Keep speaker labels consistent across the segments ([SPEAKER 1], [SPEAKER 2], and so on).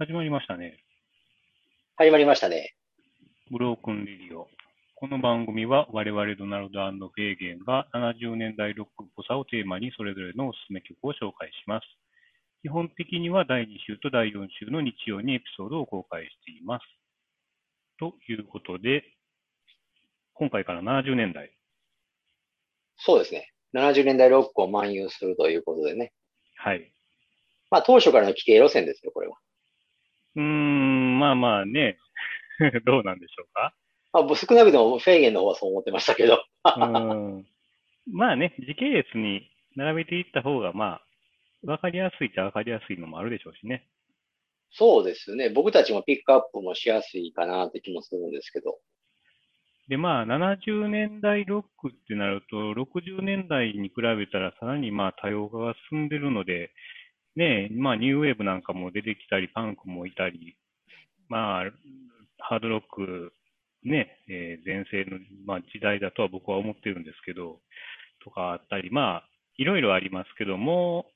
[SPEAKER 1] 始まりましたね。
[SPEAKER 2] 始まりましたね。
[SPEAKER 1] ブロークンレディオ。この番組は我々ドナルドフェーゲンが70年代ロックっぽさをテーマにそれぞれのおすすめ曲を紹介します。基本的には第2週と第4週の日曜にエピソードを公開しています。ということで、今回から70年代。
[SPEAKER 2] そうですね。70年代ロックを漫遊するということでね。
[SPEAKER 1] はい。
[SPEAKER 2] まあ当初からの規定路線ですよ、これは。
[SPEAKER 1] うーん、まあまあね。 どうなんでしょうか。
[SPEAKER 2] まあ僕少なくともフェーゲンの方はそう思ってましたけど。
[SPEAKER 1] うーんまあね、時系列に並べていった方が、まあ、わかりやすいっちゃわかりやすいのもあるでしょうしね。
[SPEAKER 2] そうですね。僕たちもピックアップもしやすいかなって気もするんですけど。
[SPEAKER 1] で、まあ、70年代ロックってなると、60年代に比べたらさらにまあ多様化が進んでるので、ねえ、まあ、ニューウェーブなんかも出てきたり、パンクもいたり、まあ、ハードロック、ね、えー全盛の、まあ、時代だとは僕は思ってるんですけど、とかあったり、まあ、いろいろありますけども、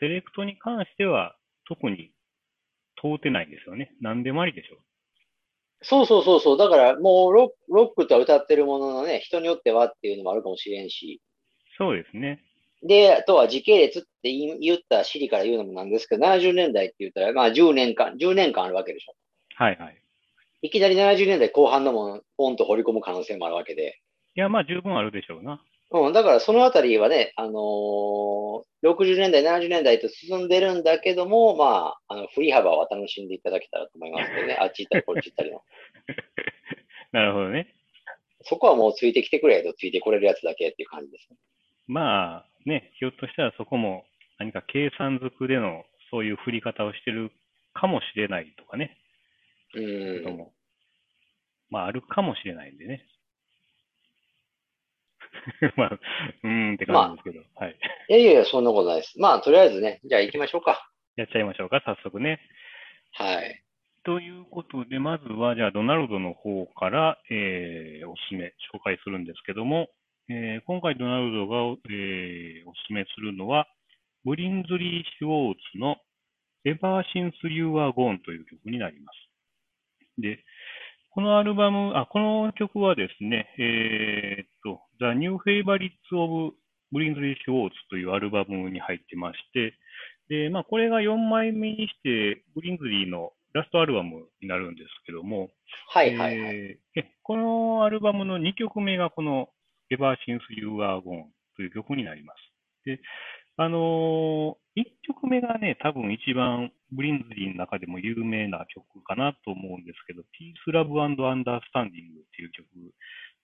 [SPEAKER 1] セレクトに関しては特に通ってないんですよね。何でもありでしょう。
[SPEAKER 2] そうそうそうそう。だからもうロックロックとは歌ってるもののね、人によってはっていうのもあるかもしれんし。
[SPEAKER 1] そうですね。
[SPEAKER 2] で、あとは時系列って言い言ったシリから言うのもなんですけど、70年代って言ったら、まあ10年間、10年間あるわけでしょ。
[SPEAKER 1] はいはい。
[SPEAKER 2] いきなり70年代後半のもの、ポンと掘り込む可能性もあるわけで。
[SPEAKER 1] いや、まあ、十分あるでしょうな。
[SPEAKER 2] うん、だからそのあたりはね、あのー60年代、70年代と進んでるんだけども、まあ、あの振り幅は楽しんでいただけたらと思いますけど ね、あっち行ったりこっち行ったりの。
[SPEAKER 1] なるほどね。
[SPEAKER 2] そこはもうついてきてくれと、ついてこれるやつだけっていう感じですね。
[SPEAKER 1] まあね、ひょっとしたらそこも何か計算づくでのそういう振り方をしてるかもしれないとかね、こと
[SPEAKER 2] うん。
[SPEAKER 1] も、まああるかもしれないんでね。 まあ、うーんって感じですけど、はい。
[SPEAKER 2] いやいやいや、そんなことないです。まあ、とりあえずね、じゃあ行きましょうか。
[SPEAKER 1] やっちゃいましょうか、早速ね。
[SPEAKER 2] はい。
[SPEAKER 1] ということで、まずは、じゃあ、ドナルドの方から、えーおすすめ、紹介するんですけども、えー今回ドナルドが、えーおすすめするのは、ブリンズリー・シュウォーツの Ever Since You Are Gone という曲になります。で、このアルバム、あ、この曲はですね、えーっと、The New Favorites of ブリンズリー・シュウォーツというアルバムに入ってまして、で、まあ、これが4枚目にして、ブリンズリーのラストアルバムになるんですけども、
[SPEAKER 2] はいはいはい。
[SPEAKER 1] えーえこのアルバムの2曲目がこの Ever Since You Are Gone という曲になります。で、あのー、1曲目がね、多分一番ブリンズリーの中でも有名な曲かなと思うんですけど、Peace, Love and Understanding っていう曲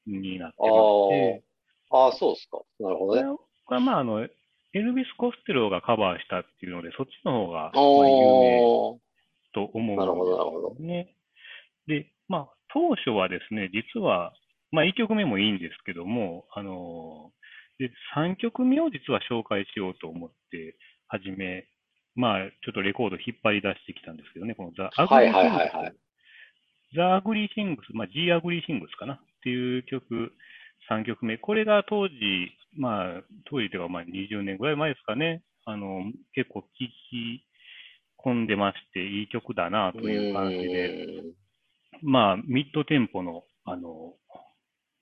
[SPEAKER 1] になってまして、
[SPEAKER 2] ああ、そうですか。なるほ
[SPEAKER 1] これ
[SPEAKER 2] どね。
[SPEAKER 1] はまああの、エルビス・コステロがカバーしたっていうので、そっちの方がまあ有名
[SPEAKER 2] おー。
[SPEAKER 1] と思うんです
[SPEAKER 2] なるほど、なるほど。
[SPEAKER 1] ね。で、まあ、当初はですね、実は、まあ、1曲目もいいんですけども、あので、3曲目を実は紹介しようと思って、始め、まあ、ちょっとレコード引っ張り出してきたんですけどね、このザ・アグ
[SPEAKER 2] は
[SPEAKER 1] リ
[SPEAKER 2] い
[SPEAKER 1] ー・
[SPEAKER 2] はい
[SPEAKER 1] シン
[SPEAKER 2] はい
[SPEAKER 1] グ
[SPEAKER 2] はい
[SPEAKER 1] ス。ザ・アグリー・シングス、まあ、G・アグリー・シングスかなっていう曲、3曲目。これが当時、まあ、当時というか、まあ、20年ぐらい前ですかね、あの、結構聴き込んでまして、いい曲だなという感じで、
[SPEAKER 2] うん
[SPEAKER 1] まあ、ミッドテンポの、あの、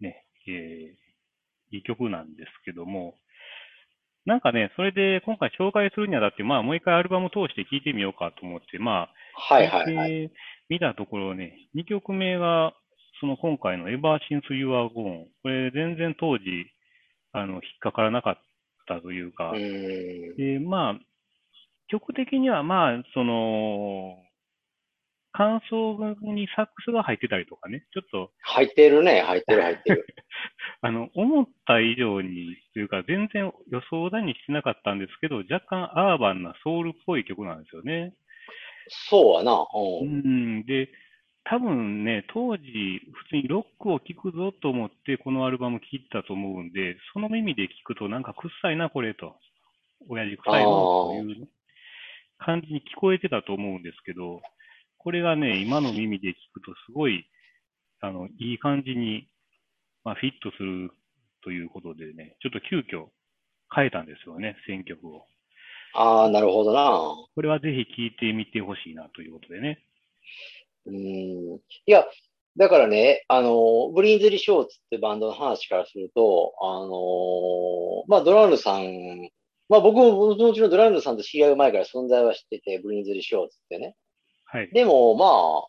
[SPEAKER 1] ね、えーいい曲なんですけども、なんかね、それで今回紹介するにあたって、まあ、もう一回アルバム通して聴いてみようかと思って、まあ、
[SPEAKER 2] はいはいはい。
[SPEAKER 1] 聞いてみたところね、2曲目が、その今回の Ever Since You Are Gone、これ全然当時、あの、引っかからなかったというか、
[SPEAKER 2] うん。
[SPEAKER 1] で、まあ、曲的には、まあ、その、感想にサックスが入ってたりとかね、ちょっと、
[SPEAKER 2] 入ってるね、入ってる入ってる。
[SPEAKER 1] あの、思った以上に、というか、全然予想だにしてなかったんですけど、若干アーバンなソウルっぽい曲なんですよね。
[SPEAKER 2] そうはな。
[SPEAKER 1] う
[SPEAKER 2] うん
[SPEAKER 1] ん、で、多分ね、当時、普通にロックを聴くぞと思って、このアルバム聴いたと思うんで、その耳で聴くと、なんか臭いな、これと、親父臭いな、というね感じに聞こえてたと思うんですけど、これがね、今の耳で聞くと、すごい、あの、いい感じに、まあ、フィットするということでね、ちょっと急遽変えたんですよね、選曲を。
[SPEAKER 2] ああ、なるほどな。
[SPEAKER 1] これはぜひ聞いてみてほしいなということでね。
[SPEAKER 2] うん。いや、だからね、あの、ブリーンズリーショーツってバンドの話からすると、あのーまあ、ドラルさん、まあ、僕ももちろんドラルさんと知り合う前から存在は知ってて、ブリーンズリーショーツってね。
[SPEAKER 1] はい。
[SPEAKER 2] でも、まあ、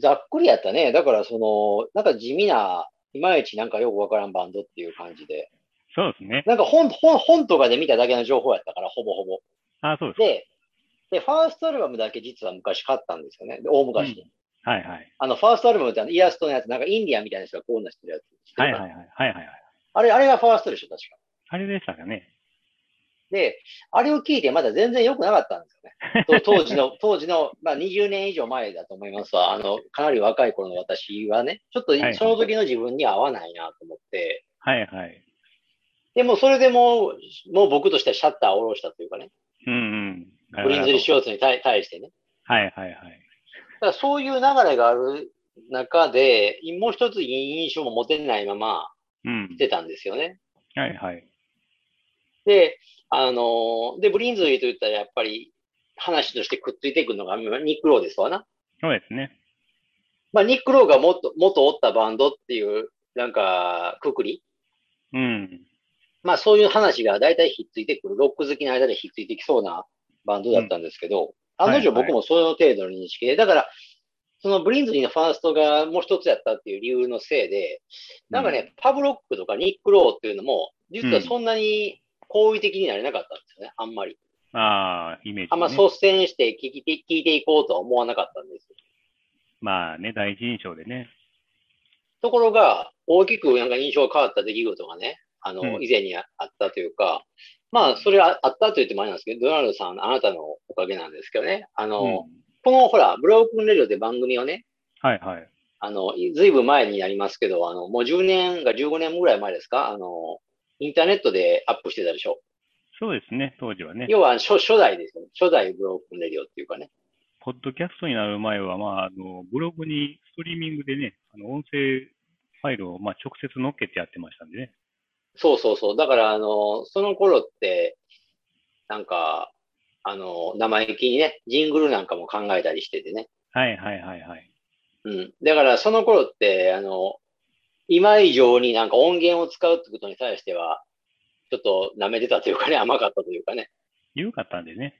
[SPEAKER 2] ざっくりやったね。だから、その、なんか地味な、いまいちなんかよくわからんバンドっていう感じで。
[SPEAKER 1] そうですね。
[SPEAKER 2] なんか本、本、本とかで見ただけの情報やったから、ほぼほぼ。
[SPEAKER 1] あそうです。
[SPEAKER 2] で、で、ファーストアルバムだけ実は昔買ったんですよね。で大昔に。
[SPEAKER 1] うはいはい。
[SPEAKER 2] あの、ファーストアルバムってあのイラストのやつ、なんかインディアンみたいな人がこうなしてるやつ。
[SPEAKER 1] はいはいはい。はいはいはい。
[SPEAKER 2] あれ、あれがファーストでしょ、確か。
[SPEAKER 1] あれでしたかね。
[SPEAKER 2] で、あれを聞いてまだ全然良くなかったんですよ ね。と当時の、当時の、まあ20年以上前だと思いますわ。あの、かなり若い頃の私はね、ちょっと
[SPEAKER 1] いはい
[SPEAKER 2] その時の自分に合わないなと思って、
[SPEAKER 1] はいはい。
[SPEAKER 2] でもそれでもう、もう僕としてはシャッターを下ろしたというかね、
[SPEAKER 1] うんうん。
[SPEAKER 2] ブリンズリーショーツに対対してね。
[SPEAKER 1] はいはいはい。
[SPEAKER 2] だからそういう流れがある中で、もう一ついい印象も持てないまま
[SPEAKER 1] うん
[SPEAKER 2] 来。てたんですよね。
[SPEAKER 1] はいはい。
[SPEAKER 2] で、あのーで、ブリンズリーと言ったらやっぱり話としてくっついてくるのがニック・ローですわな。
[SPEAKER 1] そうですね。
[SPEAKER 2] まあ、ニック・ローが元、元おったバンドっていう、なんか、くくり。
[SPEAKER 1] うん。
[SPEAKER 2] まあ、そういう話が大体ひっついてくる。ロック好きの間でひっついてきそうなバンドだったんですけど、
[SPEAKER 1] ん
[SPEAKER 2] 案の定
[SPEAKER 1] はいはい
[SPEAKER 2] 僕もその程度の認識で、だから、そのブリンズリーのファーストがもう一つやったっていう理由のせいで、なんかね、パブロックとかニック・ローっていうのも、実はそんなに好意的になれなかったんですよね、あんまり。
[SPEAKER 1] ああ、イメージ、ね。
[SPEAKER 2] あんま率先して聞いて聞いていこうとは思わなかったんです。
[SPEAKER 1] まあね、第一印象でね。
[SPEAKER 2] ところが、大きくなんか印象が変わった出来事がね、あの、
[SPEAKER 1] うん
[SPEAKER 2] 以前にあったというか、まあ、それはあったと言ってもあれなんですけど、ドナルドさん、あなたのおかげなんですけどね、あの、
[SPEAKER 1] うん
[SPEAKER 2] このほら、ブロークンレディオで番組をね、
[SPEAKER 1] はいはい。
[SPEAKER 2] あの、いずいぶん前になりますけど、あの、もう10年か15年ぐらい前ですか、あの、インターネットでアップしてたでしょ。
[SPEAKER 1] そうですね、当時はね。
[SPEAKER 2] 要は初、初代ですよね。初代ブロークンレディオっていうかね。
[SPEAKER 1] ポッドキャストになる前は、まあ、あのブログにストリーミングでね、あの音声ファイルを、まあ、直接載っけてやってましたんでね。
[SPEAKER 2] そうそうそう。だから、あの、その頃って、なんか、あの、生意気にね、ジングルなんかも考えたりしててね。
[SPEAKER 1] はいはいはいはい。
[SPEAKER 2] うん。だから、その頃って、あの、今以上になんか音源を使うってことに対しては、ちょっと舐めてたというかね、甘かったというかね。
[SPEAKER 1] 緩かったんでね。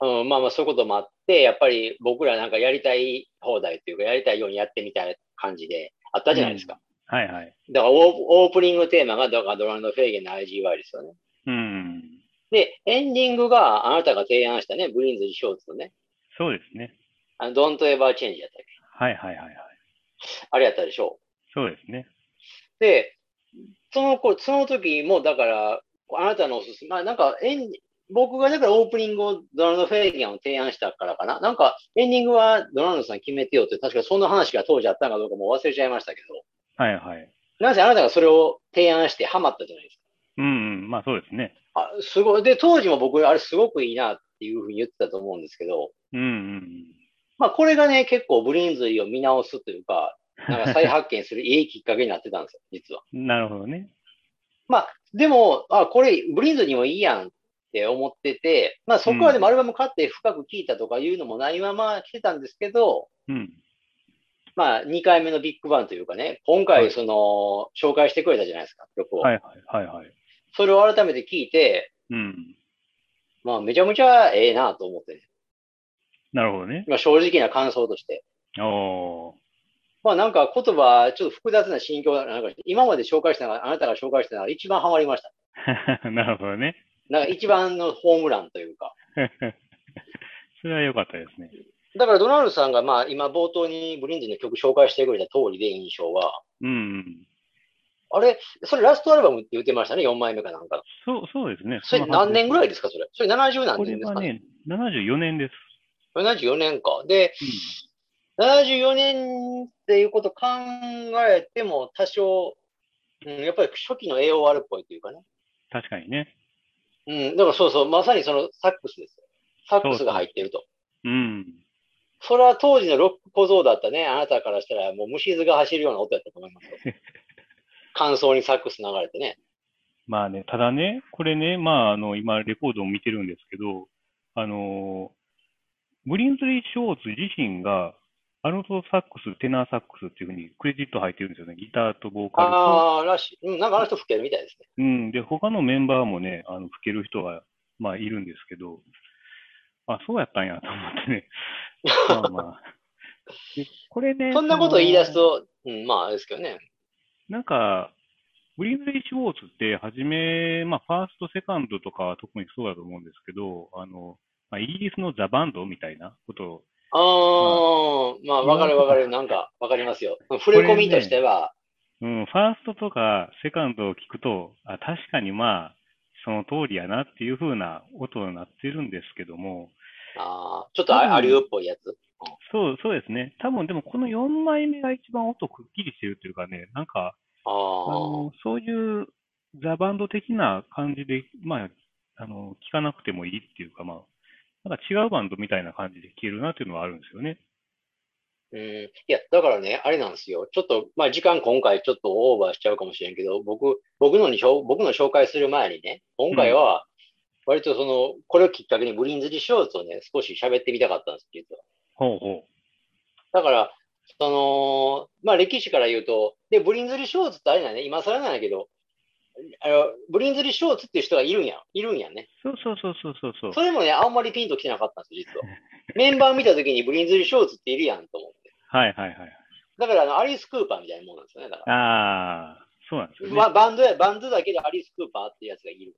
[SPEAKER 2] うん、まあまあそういうこともあって、やっぱり僕らなんかやりたい放題というか、やりたいようにやってみたいな感じであったじゃないですか。
[SPEAKER 1] はいはい。
[SPEAKER 2] だからオープオープニングテーマが、だからドラムのフェーゲンの IGY ですよね。
[SPEAKER 1] うん。
[SPEAKER 2] で、エンディングがあなたが提案したね、ブリーンズリーショーツのね、
[SPEAKER 1] そうですね。
[SPEAKER 2] あの、Don't Ever Change やったっ
[SPEAKER 1] はいはいはいはい。
[SPEAKER 2] けあれやったでしょ
[SPEAKER 1] そうですね。
[SPEAKER 2] う。で、その頃、その時も、だから、あなたのおすすめ、まあなんかエン、僕がだからオープニングをドラムのフェーゲンを提案したからかな。なんか、エンディングはドラムさん決めてよって、確かそんな話が当時あったのかどうかもう忘れちゃいましたけど、
[SPEAKER 1] はいはい。
[SPEAKER 2] なぜあなたがそれを提案してハマったじゃないですか。
[SPEAKER 1] うんうん。まあそうですね。
[SPEAKER 2] あ、すごい。で、当時も僕、あれすごくいいなっていうふうに言ってたと思うんですけど、
[SPEAKER 1] うんうんうん。
[SPEAKER 2] まあ、これがね、結構ブリンズリーを見直すというか、なんか再発見するいいきっかけになってたんですよ、 実は。
[SPEAKER 1] なるほどね。
[SPEAKER 2] まあ、でも、あ、これ、ブリンズリーもいいやんって思ってて、まあ、そこはでもアルバム買って深く聴いたとかいうのもないまま来てたんですけど、
[SPEAKER 1] うん。
[SPEAKER 2] まあ、2回目のビッグバンというかね、今
[SPEAKER 1] はい
[SPEAKER 2] 回、その、紹介してくれたじゃないですか、曲を。
[SPEAKER 1] はいはいはいはい。
[SPEAKER 2] それを改めて聴いて、
[SPEAKER 1] うん。
[SPEAKER 2] まあ、めちゃめちゃええなと思って、ね、
[SPEAKER 1] なるほどね。
[SPEAKER 2] まあ、正直な感想として。
[SPEAKER 1] おー。
[SPEAKER 2] まあなんか言葉、ちょっと複雑な心境だな。なんか今まで紹介したのが、あなたが紹介したのが一番ハマりました。
[SPEAKER 1] なるほどね。
[SPEAKER 2] なんか一番のホームランというか。
[SPEAKER 1] それは良かったですね。
[SPEAKER 2] だからドナルドさんがまあ今冒頭にブリンズの曲紹介してくれた通りで印象は、
[SPEAKER 1] うんうん。
[SPEAKER 2] あれ、それラストアルバムって言ってましたね、4枚目かなんか。
[SPEAKER 1] そう、そうですね。
[SPEAKER 2] それ何年ぐら
[SPEAKER 1] い
[SPEAKER 2] いですか、それ。それ70何
[SPEAKER 1] これ
[SPEAKER 2] 年です
[SPEAKER 1] は
[SPEAKER 2] かね。
[SPEAKER 1] ね、74年です。
[SPEAKER 2] 74年か。で、74年っていうこと考えても多少、うん、やっぱり初期の AOR っぽいというかね。
[SPEAKER 1] 確かにね。
[SPEAKER 2] うん、だからそうそう、まさにそのサックスですよ。サックスが入ってると。
[SPEAKER 1] うん。
[SPEAKER 2] それは当時のロック小僧だったね、あなたからした ら、もう虫唾が走るような音やったと思いますよ。感想にサックス流れてね。
[SPEAKER 1] まあね、ただね、これね、まあ、あの、今、レコードを見てるんですけど、あの、ブリンズリー・ショーツ自身が、アルトサックス、テナーサックスっていうふうにクレジット入ってるんですよね。ギターとボーカルと。
[SPEAKER 2] ああ、らしい。うん、なんかあの人吹けるみたいですね。
[SPEAKER 1] うん。で、他のメンバーもね、あの、吹ける人が、まあ、いるんですけど、あ、そうやったんやと思って ね。まあまあ。でこれね、
[SPEAKER 2] そんなことを言い出す
[SPEAKER 1] と
[SPEAKER 2] と、うん、まあ、あれですけどね。
[SPEAKER 1] なんか、ブリンズリー・シュウォーツって、はじめ、まあ、ファースト、セカンドとかは特にそうだと思うんですけど、あの、まあ、イギリスのザ・バンドみたいなことを、
[SPEAKER 2] ああ、まあ、わかるわかる。なんか、わかりますよ。触れ込みとしては、
[SPEAKER 1] うん、ファーストとかセカンドを聞くと、あ、確かにまあ、その通りやなっていう風な音になってるんですけども、
[SPEAKER 2] ああ、ちょっとあアリウっぽいやつ。
[SPEAKER 1] そう、そうですね。多分でもこの4枚目が一番音くっきりしてるっていうかね、なんか、
[SPEAKER 2] あ
[SPEAKER 1] あ
[SPEAKER 2] あ、
[SPEAKER 1] の、そういうザバンド的な感じで、まあ、あの、聞かなくてもいいっていうか、まあ、なんか違うバンドみたいな感じで聴けるなっていうのはあるんですよね。
[SPEAKER 2] うん。いや、だからね、あれなんですよ。ちょっと、まあ、時間今回ちょっとオーバーしちゃうかもしれんけど、僕、僕のにしょ、僕の紹介する前にね、今回は、割とその、これをきっかけにグリーンズリーショーツをね、少し喋ってみたかったんですけど、
[SPEAKER 1] ほうほ
[SPEAKER 2] だから、その、まあ歴史から言うと、で、ブリンズリー・ショーツってあれだね、今更なんやけど、あのブリンズリー・ショーツっていう人がいるんや、いるんやね。
[SPEAKER 1] う。そうそうそうそうそうそ。
[SPEAKER 2] そうれもね、あんまりピンときてなかったんですよ、実は。メンバー見たときにブリンズリー・ショーツっているやんと思って。
[SPEAKER 1] はいはいはい。
[SPEAKER 2] だからあの、アリス・クーパーみたいなもんなんですよね、だから。
[SPEAKER 1] ああ、そうなんですよね。
[SPEAKER 2] まあ、バンドや、バンドだけでアリス・クーパーっていうやつがいる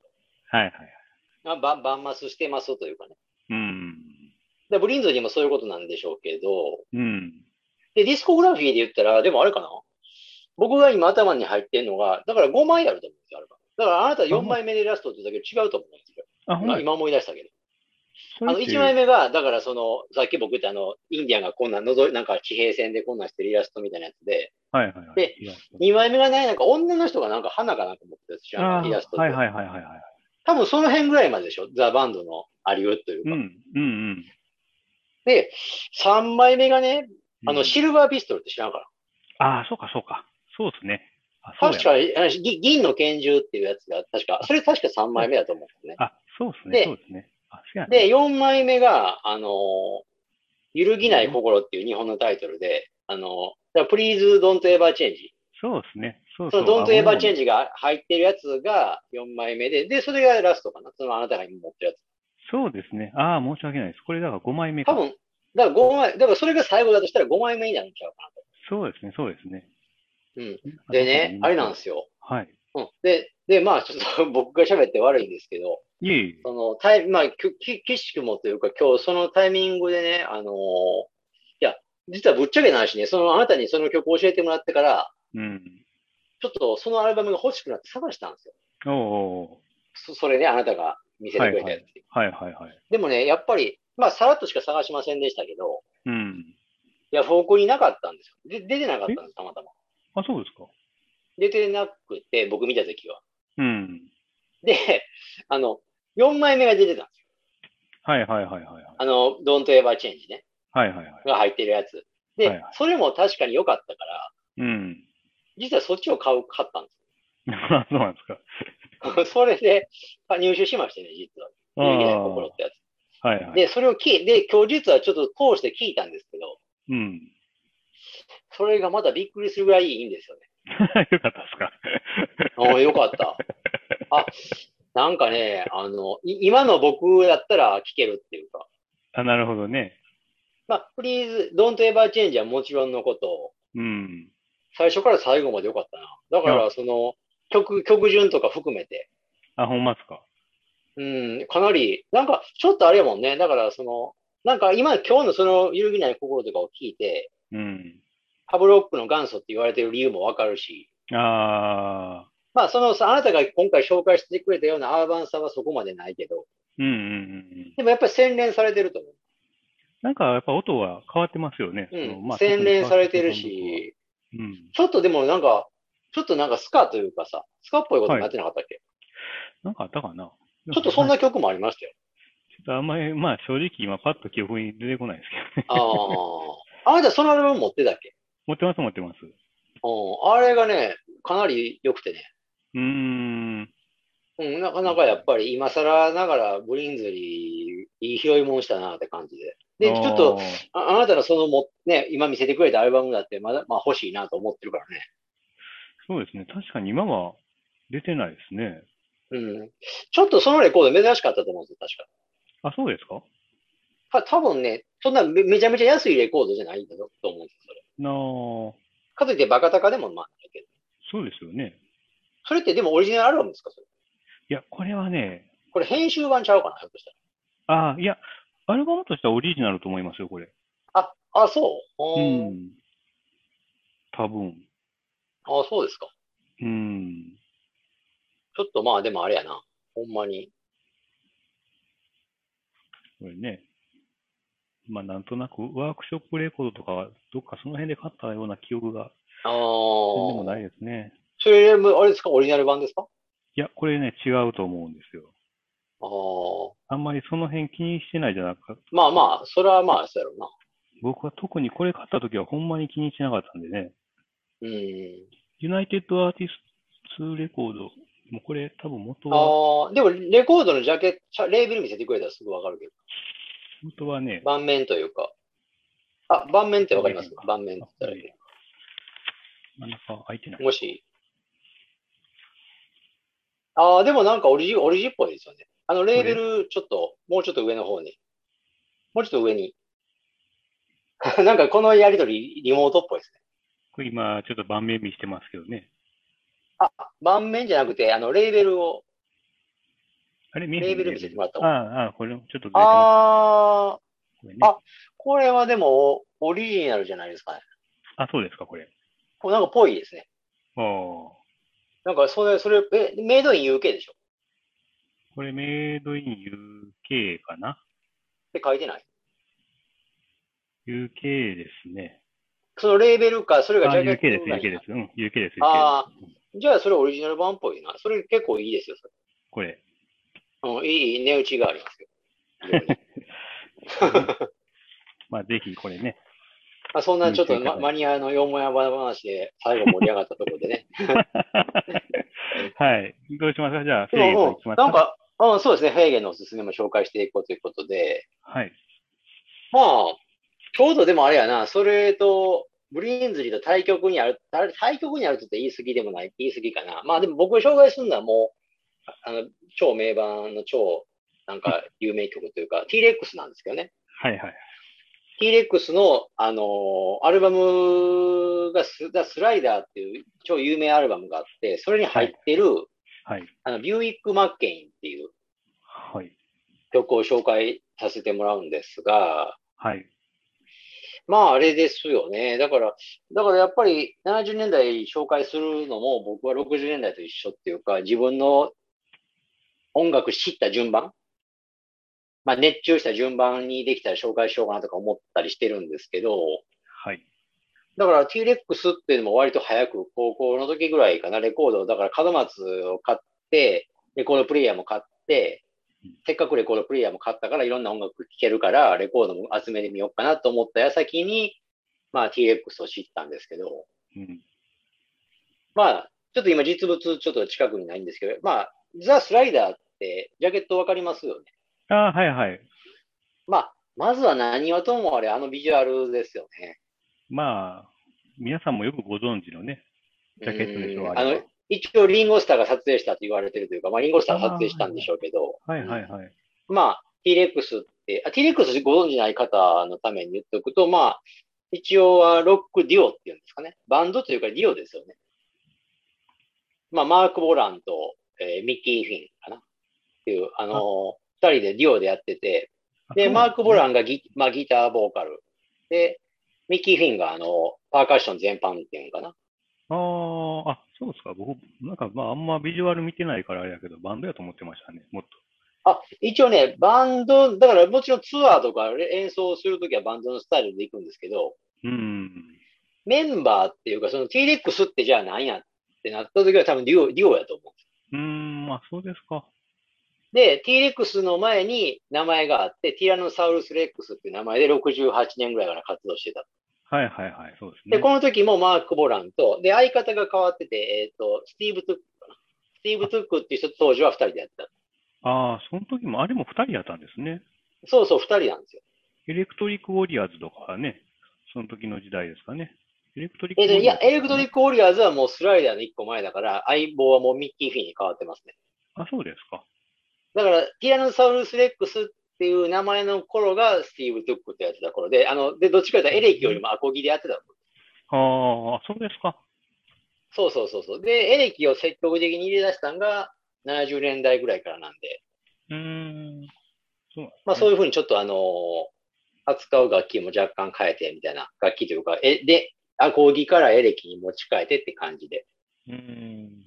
[SPEAKER 1] はいはい。
[SPEAKER 2] まあバン。バンマスしてますというかね。
[SPEAKER 1] うん。
[SPEAKER 2] でブリンズリーもそういうことなんでしょうけど、
[SPEAKER 1] うん。
[SPEAKER 2] で、ディスコグラフィーで言ったら、でもあれかな僕が今頭に入ってるのが、だから5枚あると思うんですよ、アルバム。だからあなた4枚目でラストって言ったけど違うと思うんですよ。
[SPEAKER 1] あ、ほんま
[SPEAKER 2] 今
[SPEAKER 1] に
[SPEAKER 2] 今思い出したけど。
[SPEAKER 1] そ
[SPEAKER 2] あ
[SPEAKER 1] れ
[SPEAKER 2] の
[SPEAKER 1] って
[SPEAKER 2] 1枚目が、だからその、さっき僕ってあの、インディアンがこんなのぞ、なんか地平線でこんなんしてるイラストみたいなやつで、
[SPEAKER 1] はいはいはい。
[SPEAKER 2] で
[SPEAKER 1] イラスト
[SPEAKER 2] 2枚目がない、なんか女の人がなんか花かなんか持ってるやつ知ら
[SPEAKER 1] あ
[SPEAKER 2] ないイラスト
[SPEAKER 1] ーは
[SPEAKER 2] で。
[SPEAKER 1] いはいはいはいはい。
[SPEAKER 2] 多分その辺ぐらいまででしょ、ザ・バンドのアリウッドという
[SPEAKER 1] う
[SPEAKER 2] か。
[SPEAKER 1] ん、うん、うん。
[SPEAKER 2] で、3枚目がね、あ
[SPEAKER 1] う
[SPEAKER 2] の、
[SPEAKER 1] ん
[SPEAKER 2] シルバーピストルって知らんから。
[SPEAKER 1] ああ、そうかそうか。そうですね。あ、そう
[SPEAKER 2] 確
[SPEAKER 1] や
[SPEAKER 2] か、あのぎ銀の拳銃っていうやつが、確か、それ確か3枚目だと思うんですね。
[SPEAKER 1] あ、そうです
[SPEAKER 2] で
[SPEAKER 1] ね、そうですね。あ、せやね。
[SPEAKER 2] で、4枚目が、あのー揺るぎない心っていう日本のタイトルで、あのーだから Please Don't Ever Change。
[SPEAKER 1] そうですね。そう
[SPEAKER 2] そ
[SPEAKER 1] そう。
[SPEAKER 2] の Don't Ever
[SPEAKER 1] ジ。
[SPEAKER 2] Change が入ってるやつが4枚目で、で、それがラストかな。そのあなたが今持ってるや
[SPEAKER 1] そうですね。ああ、申し訳ないです。これだから5枚目
[SPEAKER 2] つ。多
[SPEAKER 1] か。
[SPEAKER 2] 分、だから5枚、だからそれが最後だとしたら5枚目になるんちゃうか
[SPEAKER 1] そうですね、そうですね。。
[SPEAKER 2] うん。な。でね、あれなんですすよ。
[SPEAKER 1] はい。
[SPEAKER 2] うん。で、で、まあ、ちょっと僕が喋って悪いんですけど、
[SPEAKER 1] いえいえ。
[SPEAKER 2] その、タイまあ、き、き、きしくもというか、今日そのタイミングでね、あのーいや、実はぶっちゃけな話ね、その、あなたにその曲を教えてもらってから、
[SPEAKER 1] うん。
[SPEAKER 2] ちょっとそのアルバムが欲しくなって探したんですよ。
[SPEAKER 1] おうおうおう
[SPEAKER 2] そそれね、あなたが見せてくれたやつ。
[SPEAKER 1] はいはいはい。
[SPEAKER 2] でもね、やっぱり、まあ、さらっとしか探しませんでしたけど、
[SPEAKER 1] うん。
[SPEAKER 2] いや、フォークになかったんですよ。で、出てなかったんです、たまたま。
[SPEAKER 1] あ、そうですか。
[SPEAKER 2] 出てなくて、僕見た時は。
[SPEAKER 1] うん。
[SPEAKER 2] で、あの、4枚目が出てたんですよ。
[SPEAKER 1] はいはいはいはいはい。
[SPEAKER 2] あの、Don't Ever Change ね、
[SPEAKER 1] はいはいはい。
[SPEAKER 2] が入ってるやつ。で、
[SPEAKER 1] はいはい
[SPEAKER 2] それも確かに良かったから、
[SPEAKER 1] うん。
[SPEAKER 2] 実はそっちを買う、買ったんです。
[SPEAKER 1] あそうなんですか。
[SPEAKER 2] それであ入手しましてね、実は。
[SPEAKER 1] あ
[SPEAKER 2] できない
[SPEAKER 1] あ
[SPEAKER 2] 心ってやつ。
[SPEAKER 1] はいはい。
[SPEAKER 2] で、それを聞いで、今日実はちょっと通して聞いたんですけど、
[SPEAKER 1] うん。
[SPEAKER 2] それがまだびっくりするぐらいいいんですよね。
[SPEAKER 1] よかったですか。
[SPEAKER 2] おーよかった。あ、なんかね、あの、い今の僕だったら聞けるっていうか、
[SPEAKER 1] あ、なるほどね。
[SPEAKER 2] まあ、Please Don't Ever Change はもちろんのこと、
[SPEAKER 1] うん。
[SPEAKER 2] 最初から最後までよかったな。だから、その、曲、曲順とか含めて、
[SPEAKER 1] あ、ほんまっすか。
[SPEAKER 2] うん、かなり、なんか、ちょっとあれやもんね。だから、その、なんか今、今日のその、揺るぎない心とかを聞いて、
[SPEAKER 1] うん。
[SPEAKER 2] ハブロックの元祖って言われてる理由もわかるし、
[SPEAKER 1] ああ、
[SPEAKER 2] まあ、その、あなたが今回紹介してくれたようなアーバンさはそこまでないけど、
[SPEAKER 1] うんうんうんうん。
[SPEAKER 2] でもやっぱり洗練されてると思う。
[SPEAKER 1] なんかやっぱ音は変わってますよね。
[SPEAKER 2] う
[SPEAKER 1] その
[SPEAKER 2] ん、洗練されてる。し、ちょっとでもなんか、ちょっとなんかスカというかさ、スカっぽいことになってなかったっけ、
[SPEAKER 1] 特に変わってたのとはうん。なんかあったかな。
[SPEAKER 2] ちょっとそん
[SPEAKER 1] な。
[SPEAKER 2] な曲もありましたよ。
[SPEAKER 1] ちょっとあんまり、まあ正直今パッと記憶に出てこないですけどね。
[SPEAKER 2] ああ。あなたそのアルバム持ってたっけ
[SPEAKER 1] 持ってます持ってます。
[SPEAKER 2] うん。あれがね、かなり良くてね。
[SPEAKER 1] うーん。
[SPEAKER 2] うん、なかなかやっぱり今更ながらブリンズリー、いい拾いもんしたなって感じで。で、ちょっと、ああなたのそのも、ね、今見せてくれたアルバムだって、まだ、まあ欲しいなと思ってるからね。
[SPEAKER 1] そうですね。確かに今は出てないですね。
[SPEAKER 2] うん。ちょっとそのレコード珍しかったと思うんですよ、確
[SPEAKER 1] あ、そうですか
[SPEAKER 2] か。た多分ね、そんなめめちゃめちゃ安いレコードじゃないんだと思うんですよ、それ。
[SPEAKER 1] なあ、そ
[SPEAKER 2] かといってバカ高でもまあないけど。
[SPEAKER 1] うですよね。
[SPEAKER 2] それってでもオリジナルアルバムですか、それ。
[SPEAKER 1] いや、これはね、
[SPEAKER 2] これ編集版ちゃうかな、ひょっとした
[SPEAKER 1] あいや、アルバムとしてはオリジナルと思いますよ、これ。
[SPEAKER 2] ら。あ、あ、そう。
[SPEAKER 1] う
[SPEAKER 2] うん
[SPEAKER 1] ん。多分。
[SPEAKER 2] あ、そうですか。
[SPEAKER 1] うん。
[SPEAKER 2] ちょっとまあでもあれやな。ほんまに。
[SPEAKER 1] これね。まあ、なんとなく、ワークショップレコードとかは、どっかその辺で買ったような記憶が、
[SPEAKER 2] ああ。
[SPEAKER 1] でもないですね。
[SPEAKER 2] それ、あれですか、オリジナル版ですか
[SPEAKER 1] いや、これね、違うと思うんですよ。
[SPEAKER 2] ああ。
[SPEAKER 1] あんまりその辺気にしてないじゃなく
[SPEAKER 2] まあまあ、それはまあ、そうやろうな。
[SPEAKER 1] 僕は特にこれ買った時はほんまに気にしてなかったんでね。
[SPEAKER 2] うん。
[SPEAKER 1] ユナイテッドアーティストレコード、もうこれ多分元は、
[SPEAKER 2] ああ、でも、レコードのジャケットちゃ、レーベル見せてくれたらすぐわかるけど。
[SPEAKER 1] 元はね、
[SPEAKER 2] 盤面というか。あ、盤面ってわかります盤面って言ったらいいね
[SPEAKER 1] 真ん中開いてない。
[SPEAKER 2] もし。ああ、でもなんかオリジ、オリジっぽいですよね。あの、レーベル、ちょっと、もうちょっと上の方に。もうちょっと上に。 なんか、このやりとり、リモートっぽいですね。
[SPEAKER 1] これ今、ちょっと盤面見してますけどね。
[SPEAKER 2] 盤面じゃなくて、あの、レーベルを、
[SPEAKER 1] あれ見えへん
[SPEAKER 2] レーベル見せてもらった方
[SPEAKER 1] あ
[SPEAKER 2] が
[SPEAKER 1] あ、ああ、これもちょっとずれてます
[SPEAKER 2] ああ、
[SPEAKER 1] これね。
[SPEAKER 2] あこれはでもオリジナルじゃないですかね。
[SPEAKER 1] あ、そうですか、これ。
[SPEAKER 2] これなんかぽいですね。
[SPEAKER 1] ああ。
[SPEAKER 2] なんかそれ、それ、え、メイドイン UK でしょ
[SPEAKER 1] これ、メイドイン UK かな
[SPEAKER 2] って書いてない。
[SPEAKER 1] ?UK ですね。
[SPEAKER 2] そのレーベルか、それ
[SPEAKER 1] あ、
[SPEAKER 2] が
[SPEAKER 1] UK です、
[SPEAKER 2] ぐらい
[SPEAKER 1] UK
[SPEAKER 2] に
[SPEAKER 1] です。うん、UK です、UK
[SPEAKER 2] ああ、じゃあそれオリジナル版っぽいな。それ結構いいですよ。そ
[SPEAKER 1] これ。
[SPEAKER 2] れうん、いい値打ちがありますよ。
[SPEAKER 1] まあ、ぜひこれね。
[SPEAKER 2] まあ、そんなちょっとま
[SPEAKER 1] うん
[SPEAKER 2] マニアのよもやま話で最後盛り上がったところでね。
[SPEAKER 1] はい。どうしますかじゃあ、
[SPEAKER 2] で
[SPEAKER 1] 制限
[SPEAKER 2] も
[SPEAKER 1] い、き
[SPEAKER 2] うん
[SPEAKER 1] ます
[SPEAKER 2] なんか、うん、そうですね。ヘーゲンのおすすめも紹介していこうということで、
[SPEAKER 1] はい。
[SPEAKER 2] まあ、ちょうどでもあれやな、それと、ブリーンズリーと対局にある、あれ対局にあるって言って言い過ぎでもない、言い過ぎかな。まあでも僕が紹介するのはもう、ああの、超名盤の超、なんか有名曲というか、T-Rex なんですけどね。
[SPEAKER 1] はいはい。
[SPEAKER 2] T-Rex の、あのーアルバムがス、ザスライダーっていう超有名アルバムがあって、それに入ってる、
[SPEAKER 1] はい。
[SPEAKER 2] あの、ビューイック・マッケインっていう
[SPEAKER 1] はい。
[SPEAKER 2] 曲を紹介させてもらうんですが、
[SPEAKER 1] はい。
[SPEAKER 2] まあ、あれですよね。だから、だからやっぱり70年代紹介するのも僕は60年代と一緒っていうか、自分の音楽知った順番、まあ、熱中した順番にできたら紹介しようかなとか思ったりしてるんですけど、
[SPEAKER 1] はい。
[SPEAKER 2] だから T-Rex っていうのも割と早く高校の時ぐらいかな、レコードを、だから門松を買って、レコードプレイヤーも買って
[SPEAKER 1] うん、
[SPEAKER 2] せっかくレコードプレイヤーも買ったからいろんな音楽聴けるから、レコードも集めてみようかなと思った矢先に、まあ T-Rex を知ったんですけど、
[SPEAKER 1] うん。
[SPEAKER 2] まあ、ちょっと今実物ちょっと近くにないんですけど、まあ、ザ・スライダーってジャケットわかりますよね。
[SPEAKER 1] あーはいはい。
[SPEAKER 2] まあ、まずは何はともあれ、あのビジュアルですよね。
[SPEAKER 1] まあ、皆さんもよくご存知のね、ジャケットでしょ
[SPEAKER 2] う
[SPEAKER 1] うんあ
[SPEAKER 2] あ
[SPEAKER 1] れ
[SPEAKER 2] の
[SPEAKER 1] は、
[SPEAKER 2] 一応リンゴスターが撮影したと言われてるというか、まあリンゴスターが撮影したんでしょうけど、
[SPEAKER 1] はいはいはい。
[SPEAKER 2] まあ T-Rex って、あ T-Rex ご存じない方のために言っておくと、まあ一応はロックデュオっていうんですかね。バンドというかデュオですよね。まあマーク・ボランと、えーミッキー・フィンかなっていう、あのー二人でデュオでやってて、で、マーク・ボ
[SPEAKER 1] ン。
[SPEAKER 2] ランがギ,、まあ、ギター、ボーカル。で、ミッキー・フィンがあの、パーカッション全般っていうのかな。
[SPEAKER 1] あーあ、そうですか。僕、なんかまあ、あんまビジュアル見てないからあれやけど、バンドやと思ってましたね、もっと。
[SPEAKER 2] あ、一応ね、バンド、だからもちろんツアーとか演奏するときはバンドのスタイルで行くんですけど、
[SPEAKER 1] うん。
[SPEAKER 2] メンバーっていうか、その T-Rex ってじゃあ何やってなったときは多分デュオ、デュオやと思
[SPEAKER 1] う
[SPEAKER 2] う。
[SPEAKER 1] ーん、まあ、そうですか。
[SPEAKER 2] で、T-Rex の前に名前があって、ティラノサウルス・レックスっていう名前で68年ぐらいから活動してた。
[SPEAKER 1] はいはいはい、そうです
[SPEAKER 2] で、
[SPEAKER 1] ね。
[SPEAKER 2] この時もマーク・ボランと、で、相方が変わってて、えっ、と、スティーブ・トゥックかな。ティーブ・トゥックっていう人と当時は二人でやった。
[SPEAKER 1] ああ、その時も、あれも2人やったんですね。
[SPEAKER 2] そうそう、二人なんですよ。
[SPEAKER 1] エレクトリック・ウォリアーズとかね、その時の時代ですかね。エレクトリック
[SPEAKER 2] え
[SPEAKER 1] ウォ
[SPEAKER 2] でい
[SPEAKER 1] リア
[SPEAKER 2] や
[SPEAKER 1] ー、ズ
[SPEAKER 2] エレクトリック・ウォリアーズはもうスライダーの一個前だから、相棒はもうミッキー・フィーに変わってますね。
[SPEAKER 1] あ、そうですか。
[SPEAKER 2] だから、ティラノサウルス・レックスっていう名前の頃がスティーブ・トゥックってやつだ頃で、あの、で、どっちかというとエレキよりもアコギでやってた。
[SPEAKER 1] ああ、そうですか。
[SPEAKER 2] そうそうそうそう。で、エレキを積極的に入れ出したのが70年代ぐらいからなんで、
[SPEAKER 1] うーん。そう
[SPEAKER 2] まあそう
[SPEAKER 1] う。
[SPEAKER 2] いうふうにちょっとあのー扱う楽器も若干変えてみたいな、楽器というか、え、で、アコギからエレキに持ち替えてって感じで。
[SPEAKER 1] うーん。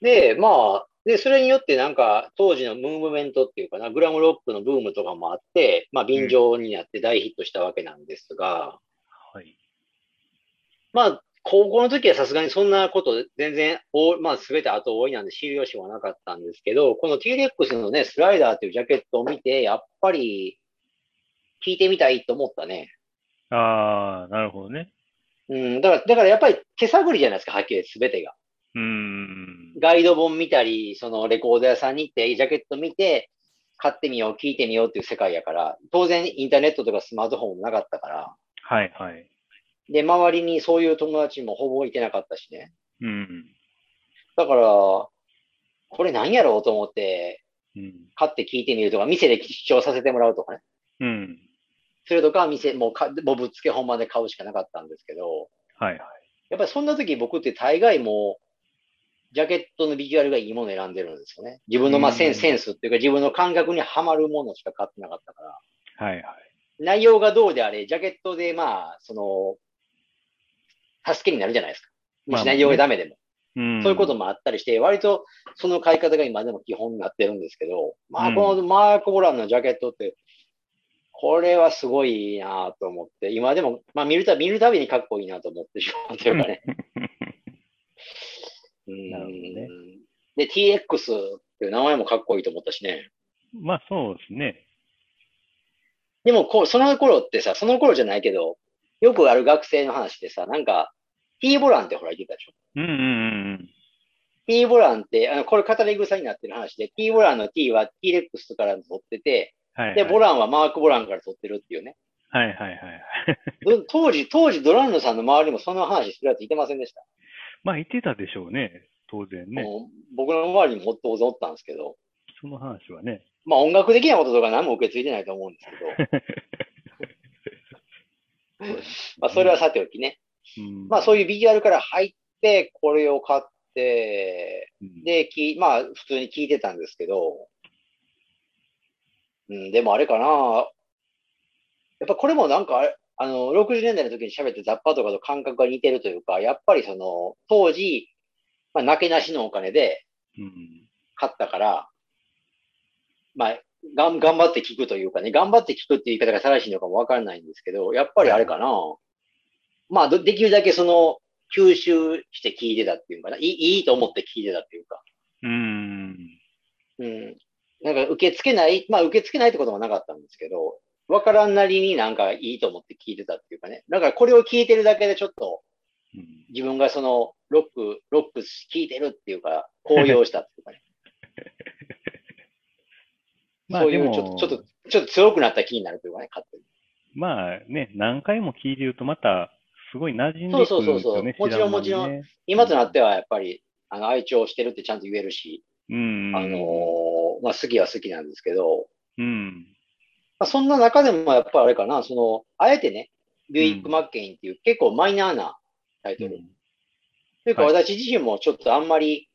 [SPEAKER 2] で、まあ、で、それによってなんか当時のムーブメントっていうかな、グラムロックのブームとかもあって、まあ便乗になって大ヒットしたわけなんですが、
[SPEAKER 1] はい。
[SPEAKER 2] まあ、高校の時はさすがにそんなこと、全然、おまあ、すべて後追いなんで知る由はなかったんですけど、この T-Rex のね、スライダーっていうジャケットを見て、やっぱり、聞いてみたいと思ったね。
[SPEAKER 1] ああ、なるほどね。
[SPEAKER 2] うん、だから、だからやっぱり手探りじゃないですか、はっきりすべてが。
[SPEAKER 1] うーん。
[SPEAKER 2] ガイド本見たり、そのレコード屋さんに行って、ジャケット見て、買ってみよう、聞いてみようっていう世界やから、当然インターネットとかスマートフォンもなかったから、
[SPEAKER 1] はいはい。
[SPEAKER 2] で、周りにそういう友達もほぼいてなかったしね。
[SPEAKER 1] うん。
[SPEAKER 2] だから、これ何やろうと思って、
[SPEAKER 1] うん。
[SPEAKER 2] 買って聞いてみるとか、店で視聴させてもらうとかね。
[SPEAKER 1] うん。
[SPEAKER 2] それとか、店、もうか、もうぶっつけ本番で買うしかなかったんですけど、
[SPEAKER 1] はいはい。
[SPEAKER 2] やっぱりそんな時僕って大概もう、ジャケットのビジュアルがいいものを選んでるんですよね。自分のまあ
[SPEAKER 1] うん
[SPEAKER 2] センセンスっていうか、自分の感覚にはまるものしか買ってなかったから、
[SPEAKER 1] はいはい。
[SPEAKER 2] 内容がどうであれ、ジャケットでまあ、その、助けになるじゃないですか。もし内容がダメでも。
[SPEAKER 1] うん。
[SPEAKER 2] そういうこともあったりして、割とその買い方が今でも基本になってるんですけど、ま
[SPEAKER 1] う
[SPEAKER 2] あ、
[SPEAKER 1] ん
[SPEAKER 2] このマーク・ボランのジャケットって、これはすごいなと思って、今でも、まあ、見るたび、見るたびにかっこいいなと思ってしまうというかね。 うん
[SPEAKER 1] なるほどね
[SPEAKER 2] で、TX っていう名前もかっこいいと思ったしね。
[SPEAKER 1] まあそうですね。
[SPEAKER 2] でもこう、その頃ってさ、その頃じゃないけど、よくある学生の話でさ、なんか、T ボランってほら言ってたでしょ。
[SPEAKER 1] うんうん
[SPEAKER 2] T ボランって、あの、これ語り草になってる話で、T ボランの T は T-Rex から取ってて、
[SPEAKER 1] うん。はい。
[SPEAKER 2] で、ボランはマーク・ボランから取ってるっていうね。
[SPEAKER 1] はいはいはいはい。
[SPEAKER 2] ど当時、当時、ドランドさんの周りもその話するやついてませんでした。
[SPEAKER 1] まあ言ってたでしょうね。当然ね。
[SPEAKER 2] もう僕の周りにも当然おったんですけど、
[SPEAKER 1] その話はね。
[SPEAKER 2] まあ音楽的なこととか何も受け継いでないと思うんですけど、まあそれはさておきね。
[SPEAKER 1] うん、
[SPEAKER 2] まあそういうビジュアルから入って、これを買って、
[SPEAKER 1] うん、
[SPEAKER 2] で、きまあ普通に聞いてたんですけど、うん、でもあれかな、やっぱこれもなんかあれ、あの、60年代の時に喋って雑把とかと感覚が似てるというか、やっぱりその、当時、まあ、なけなしのお金で
[SPEAKER 1] うん。
[SPEAKER 2] 買ったから、まあ、がん頑張って聞くというかね、頑張って聞くっていう言い方が正しいのかもわからないんですけど、やっぱりあれかな、まあ、どできるだけその、吸収して聞いてたっていうかな、いいいいと思って聞いてたっていうか、
[SPEAKER 1] うん。
[SPEAKER 2] うん。なんか受け付けない、まあ受け付けないってこともなかったんですけど、わからんなりになんかいいと思って聞いてたっていうかね。だからこれを聞いてるだけでちょっと
[SPEAKER 1] うん
[SPEAKER 2] 自分がそのロック、ロック聞いてるっていうか、高揚したっていうかね。
[SPEAKER 1] まあ
[SPEAKER 2] そうい
[SPEAKER 1] で
[SPEAKER 2] う
[SPEAKER 1] も
[SPEAKER 2] ちょっと、ちょっと、ちょっと強くなった気になるというかね、勝手に。
[SPEAKER 1] まあね、何回も聞いてるとまた、すごい馴染んでく
[SPEAKER 2] そう
[SPEAKER 1] るん
[SPEAKER 2] そう
[SPEAKER 1] で
[SPEAKER 2] そう
[SPEAKER 1] す
[SPEAKER 2] そう
[SPEAKER 1] よね、
[SPEAKER 2] もちろん
[SPEAKER 1] 知らのにね
[SPEAKER 2] もちろ。今となってはやっぱり、あの、愛情してるってちゃんと言えるし、
[SPEAKER 1] うん。
[SPEAKER 2] あのーまあ好きは好きなんですけど、
[SPEAKER 1] うん。
[SPEAKER 2] まあ、そんな中でもやっぱりあれかな、その、あえてね、ビュイック・マッケインっていう結構マイナーなタイトル。というか
[SPEAKER 1] はい
[SPEAKER 2] 私自身もちょっとあんまり、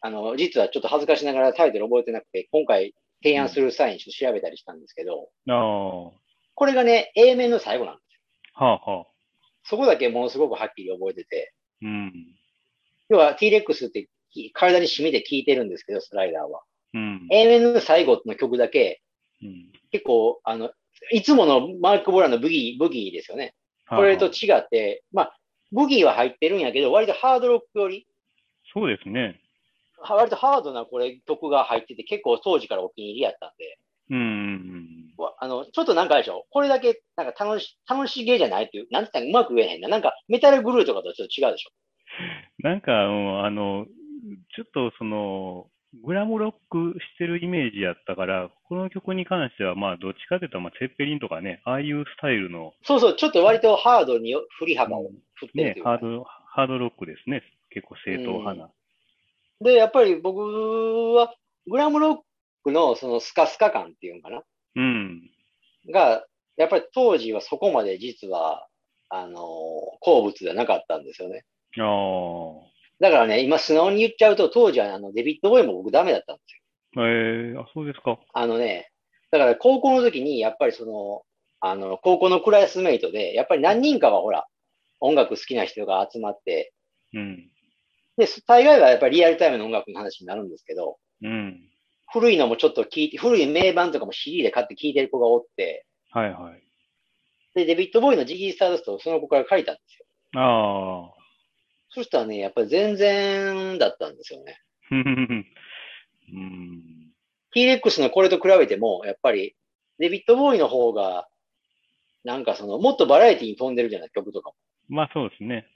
[SPEAKER 2] あの、実はちょっと恥ずかしながらタイトル覚えてなくて、今回提案する際にちょっと調べたりしたんですけど、
[SPEAKER 1] ああ、は
[SPEAKER 2] これがね、A 面の最後なんですよ。
[SPEAKER 1] あはあ。
[SPEAKER 2] そこだけものすごくはっきり覚えてて、
[SPEAKER 1] うん。
[SPEAKER 2] 要は T-Rex ってき体に染みて聴いてるんですけど、スライダーは。
[SPEAKER 1] うん。
[SPEAKER 2] A 面の最後の曲だけ、
[SPEAKER 1] うん
[SPEAKER 2] 結構、あの、いつものマーク・ボランのブギー、ブギーですよね。これと
[SPEAKER 1] はあはあ
[SPEAKER 2] 違って、まあ、ブギーは入ってるんやけど、割とハードロックより、
[SPEAKER 1] そうですね。
[SPEAKER 2] は割とハードなこれ曲が入ってて、結構当時からお気に入りやったんで、
[SPEAKER 1] うんうん
[SPEAKER 2] わあの、ちょっとなんかあれでしょ、これだけなんか楽し、楽しげじゃないっていう、なんて言ったらうまく言えへんな。なんかメタルブルーとかとはちょっと違うでしょ。
[SPEAKER 1] うん。なんか、うんあの、ちょっとその、グラムロックしてるイメージやったから、この曲に関しては、まあ、どっちかというと、まあ、ツェッペリンとかね、ああいうスタイルの、
[SPEAKER 2] そうそう、ちょっと割とハードによ振り幅を振ってる
[SPEAKER 1] ね
[SPEAKER 2] というか
[SPEAKER 1] ハード、ハードロックですね。結構正統派な。
[SPEAKER 2] で、やっぱり僕は、グラムロックのそのスカスカ感っていうのかな
[SPEAKER 1] うん。
[SPEAKER 2] が、やっぱり当時はそこまで実は、あのー好物ではなかったんですよね。
[SPEAKER 1] ああ。
[SPEAKER 2] だからね、今素直に言っちゃうと、当時はあのデビッド・ボーイも僕ダメだったんですよ。
[SPEAKER 1] ええあ、そうですか。
[SPEAKER 2] あのね、だから高校の時に、やっぱりその、あの、高校のクラスメイトで、やっぱり何人かはほら、音楽好きな人が集まって、
[SPEAKER 1] うん。
[SPEAKER 2] で、大概はやっぱりリアルタイムの音楽の話になるんですけど、
[SPEAKER 1] うん。
[SPEAKER 2] 古いのもちょっと聞いて、古い名盤とかも CD で買って聴いてる子がおって、
[SPEAKER 1] はいはい。
[SPEAKER 2] で、デビッド・ボーイのジギー・スターダストをその子から借りたんですよ。
[SPEAKER 1] ああ。
[SPEAKER 2] そしたらね、やっぱり全然だったんですよね。
[SPEAKER 1] ふ んふんふんうん。
[SPEAKER 2] T-Rex のこれと比べても、やっぱり、デビッド・ボーイの方が、なんかその、もっとバラエティに飛んでるじゃない、曲とかも。
[SPEAKER 1] まあそうですね。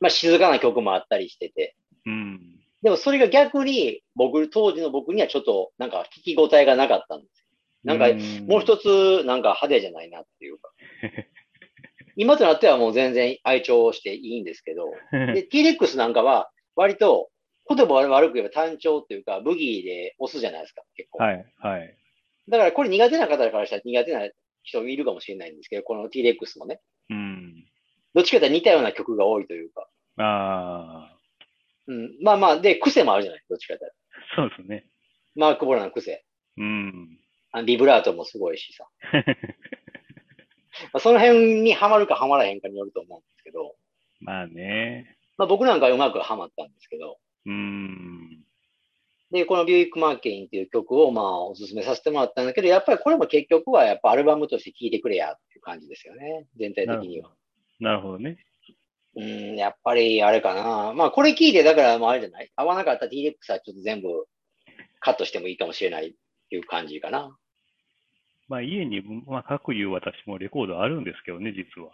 [SPEAKER 2] まあ、静かな曲もあったりしてて。
[SPEAKER 1] うん。
[SPEAKER 2] でもそれが逆に、僕、当時の僕にはちょっと、なんか聞き応えがなかったんですよ。なんか、も う一つ、なんか派手じゃないなっていうか。 今となってはもう全然愛聴していいんですけど、で、T-Rex なんかは、割と、言葉悪く言えば単調っていうか、ブギーで押すじゃないですか、結構。
[SPEAKER 1] はい、はい。
[SPEAKER 2] だからこれ苦手な方からしたら苦手な人もいるかもしれないんですけど、この T-Rex もね。
[SPEAKER 1] うん。
[SPEAKER 2] どっちかというと似たような曲が多いというか。
[SPEAKER 1] ああ、
[SPEAKER 2] うん、まあまあ、で、癖もあるじゃないどっちかというと。
[SPEAKER 1] そうですね。
[SPEAKER 2] マーク・ボラの癖。
[SPEAKER 1] うん。
[SPEAKER 2] あのビブラートもすごいしさ。まあ、その辺にはまるかはまらへんかによると思うんですけど、
[SPEAKER 1] まあね。
[SPEAKER 2] まあ僕なんかはうまくはまったんですけど、
[SPEAKER 1] うん。
[SPEAKER 2] で、このビューイック・マーケインっていう曲をまあおすすめさせてもらったんだけど、やっぱりこれも結局はやっぱアルバムとして聴いてくれやっていう感じですよね。全体的には。
[SPEAKER 1] なるほどね。
[SPEAKER 2] うん、やっぱりあれかな。まあ、これ聞いて、だから、もうあれじゃない合わなかった T-Rex はちょっと全部カットしてもいいかもしれないっていう感じかな。
[SPEAKER 1] まあ家に、まあ各言う私もレコードあるんですけどね、実は。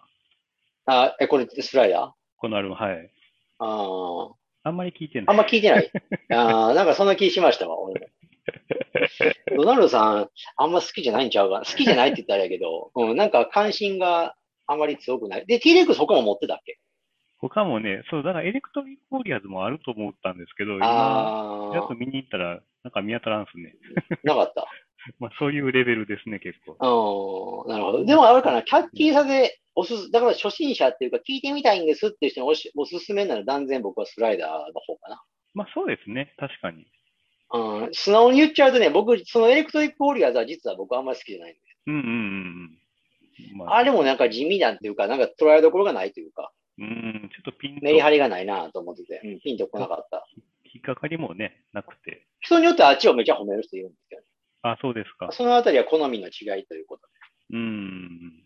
[SPEAKER 2] あ、え、これスライダー
[SPEAKER 1] このアルバム、はい。
[SPEAKER 2] あー
[SPEAKER 1] あんまり聞いて
[SPEAKER 2] あ
[SPEAKER 1] ない。
[SPEAKER 2] んま聞いてない。あーなんかそんな気しましたわ、俺も。ドナルドさん、あんま好きじゃないんちゃうかな。好きじゃないって言ったらあれやけど、 うん、なんか関心があまり強くない。で、T-Rex 他も持ってたっけ
[SPEAKER 1] 他もね、そう、だからエレクトリックフォーリアーズもあると思ったんですけど、今、
[SPEAKER 2] あ
[SPEAKER 1] やっと見に行ったら、なんか見当たらんっすね。
[SPEAKER 2] あ、なかった。
[SPEAKER 1] ま
[SPEAKER 2] ま
[SPEAKER 1] あそういうレベルですね、結構。
[SPEAKER 2] うん、なるほど。でもあれかな、キャッチーさで、おすす、だから初心者っていうか、聞いてみたいんですっていう人におしおすすめなら断然僕はスライダーの方かな。
[SPEAKER 1] まあそうですね、確かに。
[SPEAKER 2] うん、素直に言っちゃうとね、僕、そのエレクトリック・ウォリアーズは実は僕あんまり好きじゃないんで。
[SPEAKER 1] うんうんうんうん。ま
[SPEAKER 2] あれもなんか地味なんていうか、なんか捉えどころがないというか、
[SPEAKER 1] うん、ちょっとピンと
[SPEAKER 2] メリハリがないなと思ってて、うんピンとこなかった。
[SPEAKER 1] 引っかかりもね、なくて。
[SPEAKER 2] 人によってはあっちをめちゃ褒める人いるんですけど、
[SPEAKER 1] あ、そうですか。
[SPEAKER 2] そのあたりは好みの違いということで。
[SPEAKER 1] うん。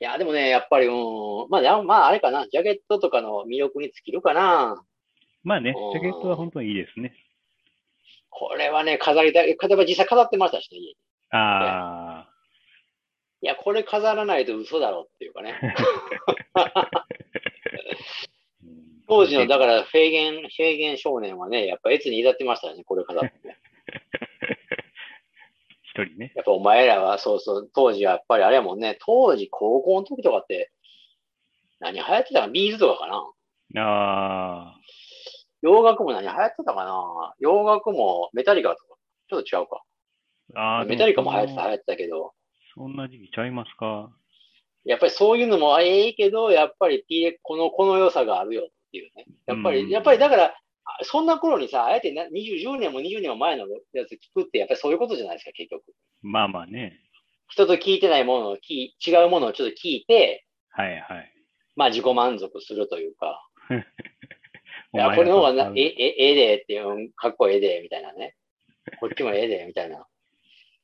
[SPEAKER 2] いや、でもね、やっぱり、うん、まあや、まあ、あれかな、ジャケットとかの魅力に尽きるかな。
[SPEAKER 1] まあね
[SPEAKER 2] うん、
[SPEAKER 1] ジャケットは本当にいいですね。
[SPEAKER 2] これはね、飾りたい。例えば実際飾ってましたしね。家に
[SPEAKER 1] ああ、
[SPEAKER 2] いや、これ飾らないと嘘だろっていうかね。
[SPEAKER 1] うん
[SPEAKER 2] 当時の、だから、フェーゲン、フェーゲン少年はね、やっぱ越に至ってましたよね、これ飾って。
[SPEAKER 1] 一人ね。
[SPEAKER 2] やっぱお前らは、そうそう、当時はやっぱりあれやもんね、当時高校の時とかって、何流行ってたか、ビーズとかかな。
[SPEAKER 1] ああ、
[SPEAKER 2] 洋楽も何流行ってたかな。洋楽もメタリカとか、ちょっと違うか。
[SPEAKER 1] ああ、で
[SPEAKER 2] メタリカも流行って
[SPEAKER 1] そん
[SPEAKER 2] た、
[SPEAKER 1] な
[SPEAKER 2] 流行ってたけど、
[SPEAKER 1] そんな時期ちゃいますか。
[SPEAKER 2] やっぱりそういうのもええけど、やっぱり t この、この良さがあるよっていうね。やっぱり、
[SPEAKER 1] うん
[SPEAKER 2] やっぱりだから、あそんな頃にさ、あえてな20 10年も20年も前のやつ聞くって、やっぱりそういうことじゃないですか、結局。
[SPEAKER 1] まあまあね。
[SPEAKER 2] 人と聞いてないものを聞い、違うものをちょっと聞いて、
[SPEAKER 1] はいはい。
[SPEAKER 2] まあ自己満足するというか、い
[SPEAKER 1] お
[SPEAKER 2] や、
[SPEAKER 1] 前
[SPEAKER 2] これの方が
[SPEAKER 1] あ
[SPEAKER 2] な
[SPEAKER 1] の
[SPEAKER 2] え、え、ええでっていううん、かっこええで、みたいなね。こっちもええで、みたいな。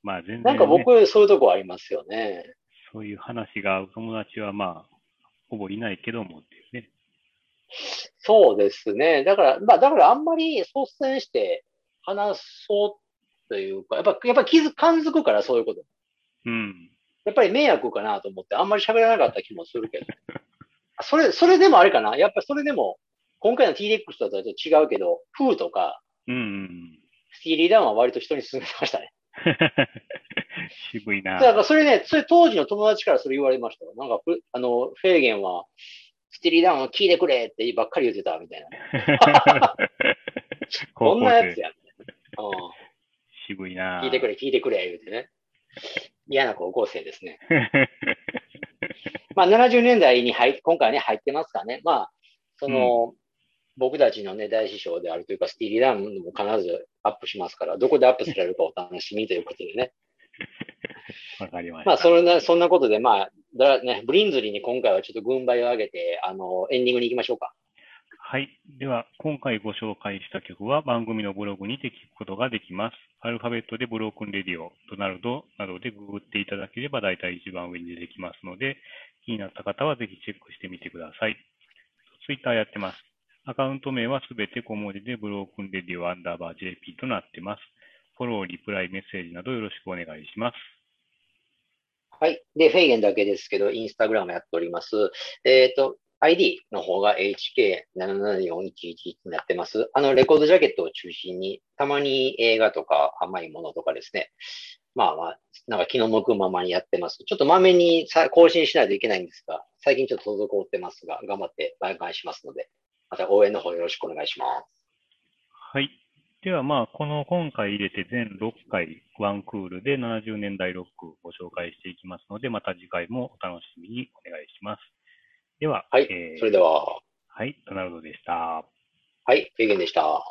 [SPEAKER 1] まあ全然、ね、
[SPEAKER 2] なんか僕、そういうとこありますよね。
[SPEAKER 1] そういう話が合う友達はまあ、ほぼいないけどもっていうね。
[SPEAKER 2] そうですね。だから、まあ、だからあんまり率先して話そうというか、やっぱ、やっぱ気づ、感づくからそういうこと。
[SPEAKER 1] うん。
[SPEAKER 2] やっぱり迷惑かなと 思って、あんまり喋らなかった気もするけど。それ、それでもあれかなやっぱそれでも、今回の TDX とはちょっと違うけど、フーとか、
[SPEAKER 1] うんうん。
[SPEAKER 2] スティーリーダウンは割と人に勧めてましたね。
[SPEAKER 1] 渋いな
[SPEAKER 2] だ。 からそれね、それ当時の友達からそれ言われましたよ。なんかフ、あの、フェーゲンは、スティーリーダウンを聞いてくれってばっかり言ってたみたいな。こ
[SPEAKER 1] 高
[SPEAKER 2] ん
[SPEAKER 1] 校
[SPEAKER 2] なやつ
[SPEAKER 1] 生、
[SPEAKER 2] や、うん。
[SPEAKER 1] 渋いな。
[SPEAKER 2] 聞いてくれ、聞いてくれ、言うてね。嫌な高校生ですね。まあ、70年代に入っ今回はね、入ってますからね。まあ、その、僕たちのね、大師匠であるというか、スティーリーダウンも必ずアップしますから、どこでアップされるかお楽しみということで ね。
[SPEAKER 1] わかりました。
[SPEAKER 2] まあ、そんな、そんなことで、まあ、だね、ブリンズリーに今回はちょっと軍配を上げて、あの、エンディングに行きましょうか。
[SPEAKER 1] はい。では、今回ご紹介した曲は番組のブログにて聞くことができます。アルファベットでブロークンレディオ、ドナルドなどでググっていただければ大体一番上に出てきますので、気になった方はぜひチェックしてみてください。ツイッターやってます。アカウント名はすべて小文字でブロークンレディオアンダーバー JP となってます。フォロー、リプライ、メッセージなどよろしくお願いします。
[SPEAKER 2] はい。で、フェイゲンだけですけど、インスタグラムやっております。えっ、と、ID の方が HK774111 になってます。あの、レコードジャケットを中心に、たまに映画とか甘いものとかですね。まあまあ、なんか気の向くままにやってます。ちょっとまめにさ更新しないといけないんですが、最近ちょっと滞ってますが、頑張って挽回しますので、また応援の方よろしくお願いします。
[SPEAKER 1] はい。では、まあ、この今回入れて全6回、ワンクールで70年代ロックをご紹介していきますので、また次回もお楽しみにお願いします。では、
[SPEAKER 2] はい
[SPEAKER 1] えー
[SPEAKER 2] それでは、
[SPEAKER 1] はい、ドナルドでした。
[SPEAKER 2] はい、フェイゲンでした。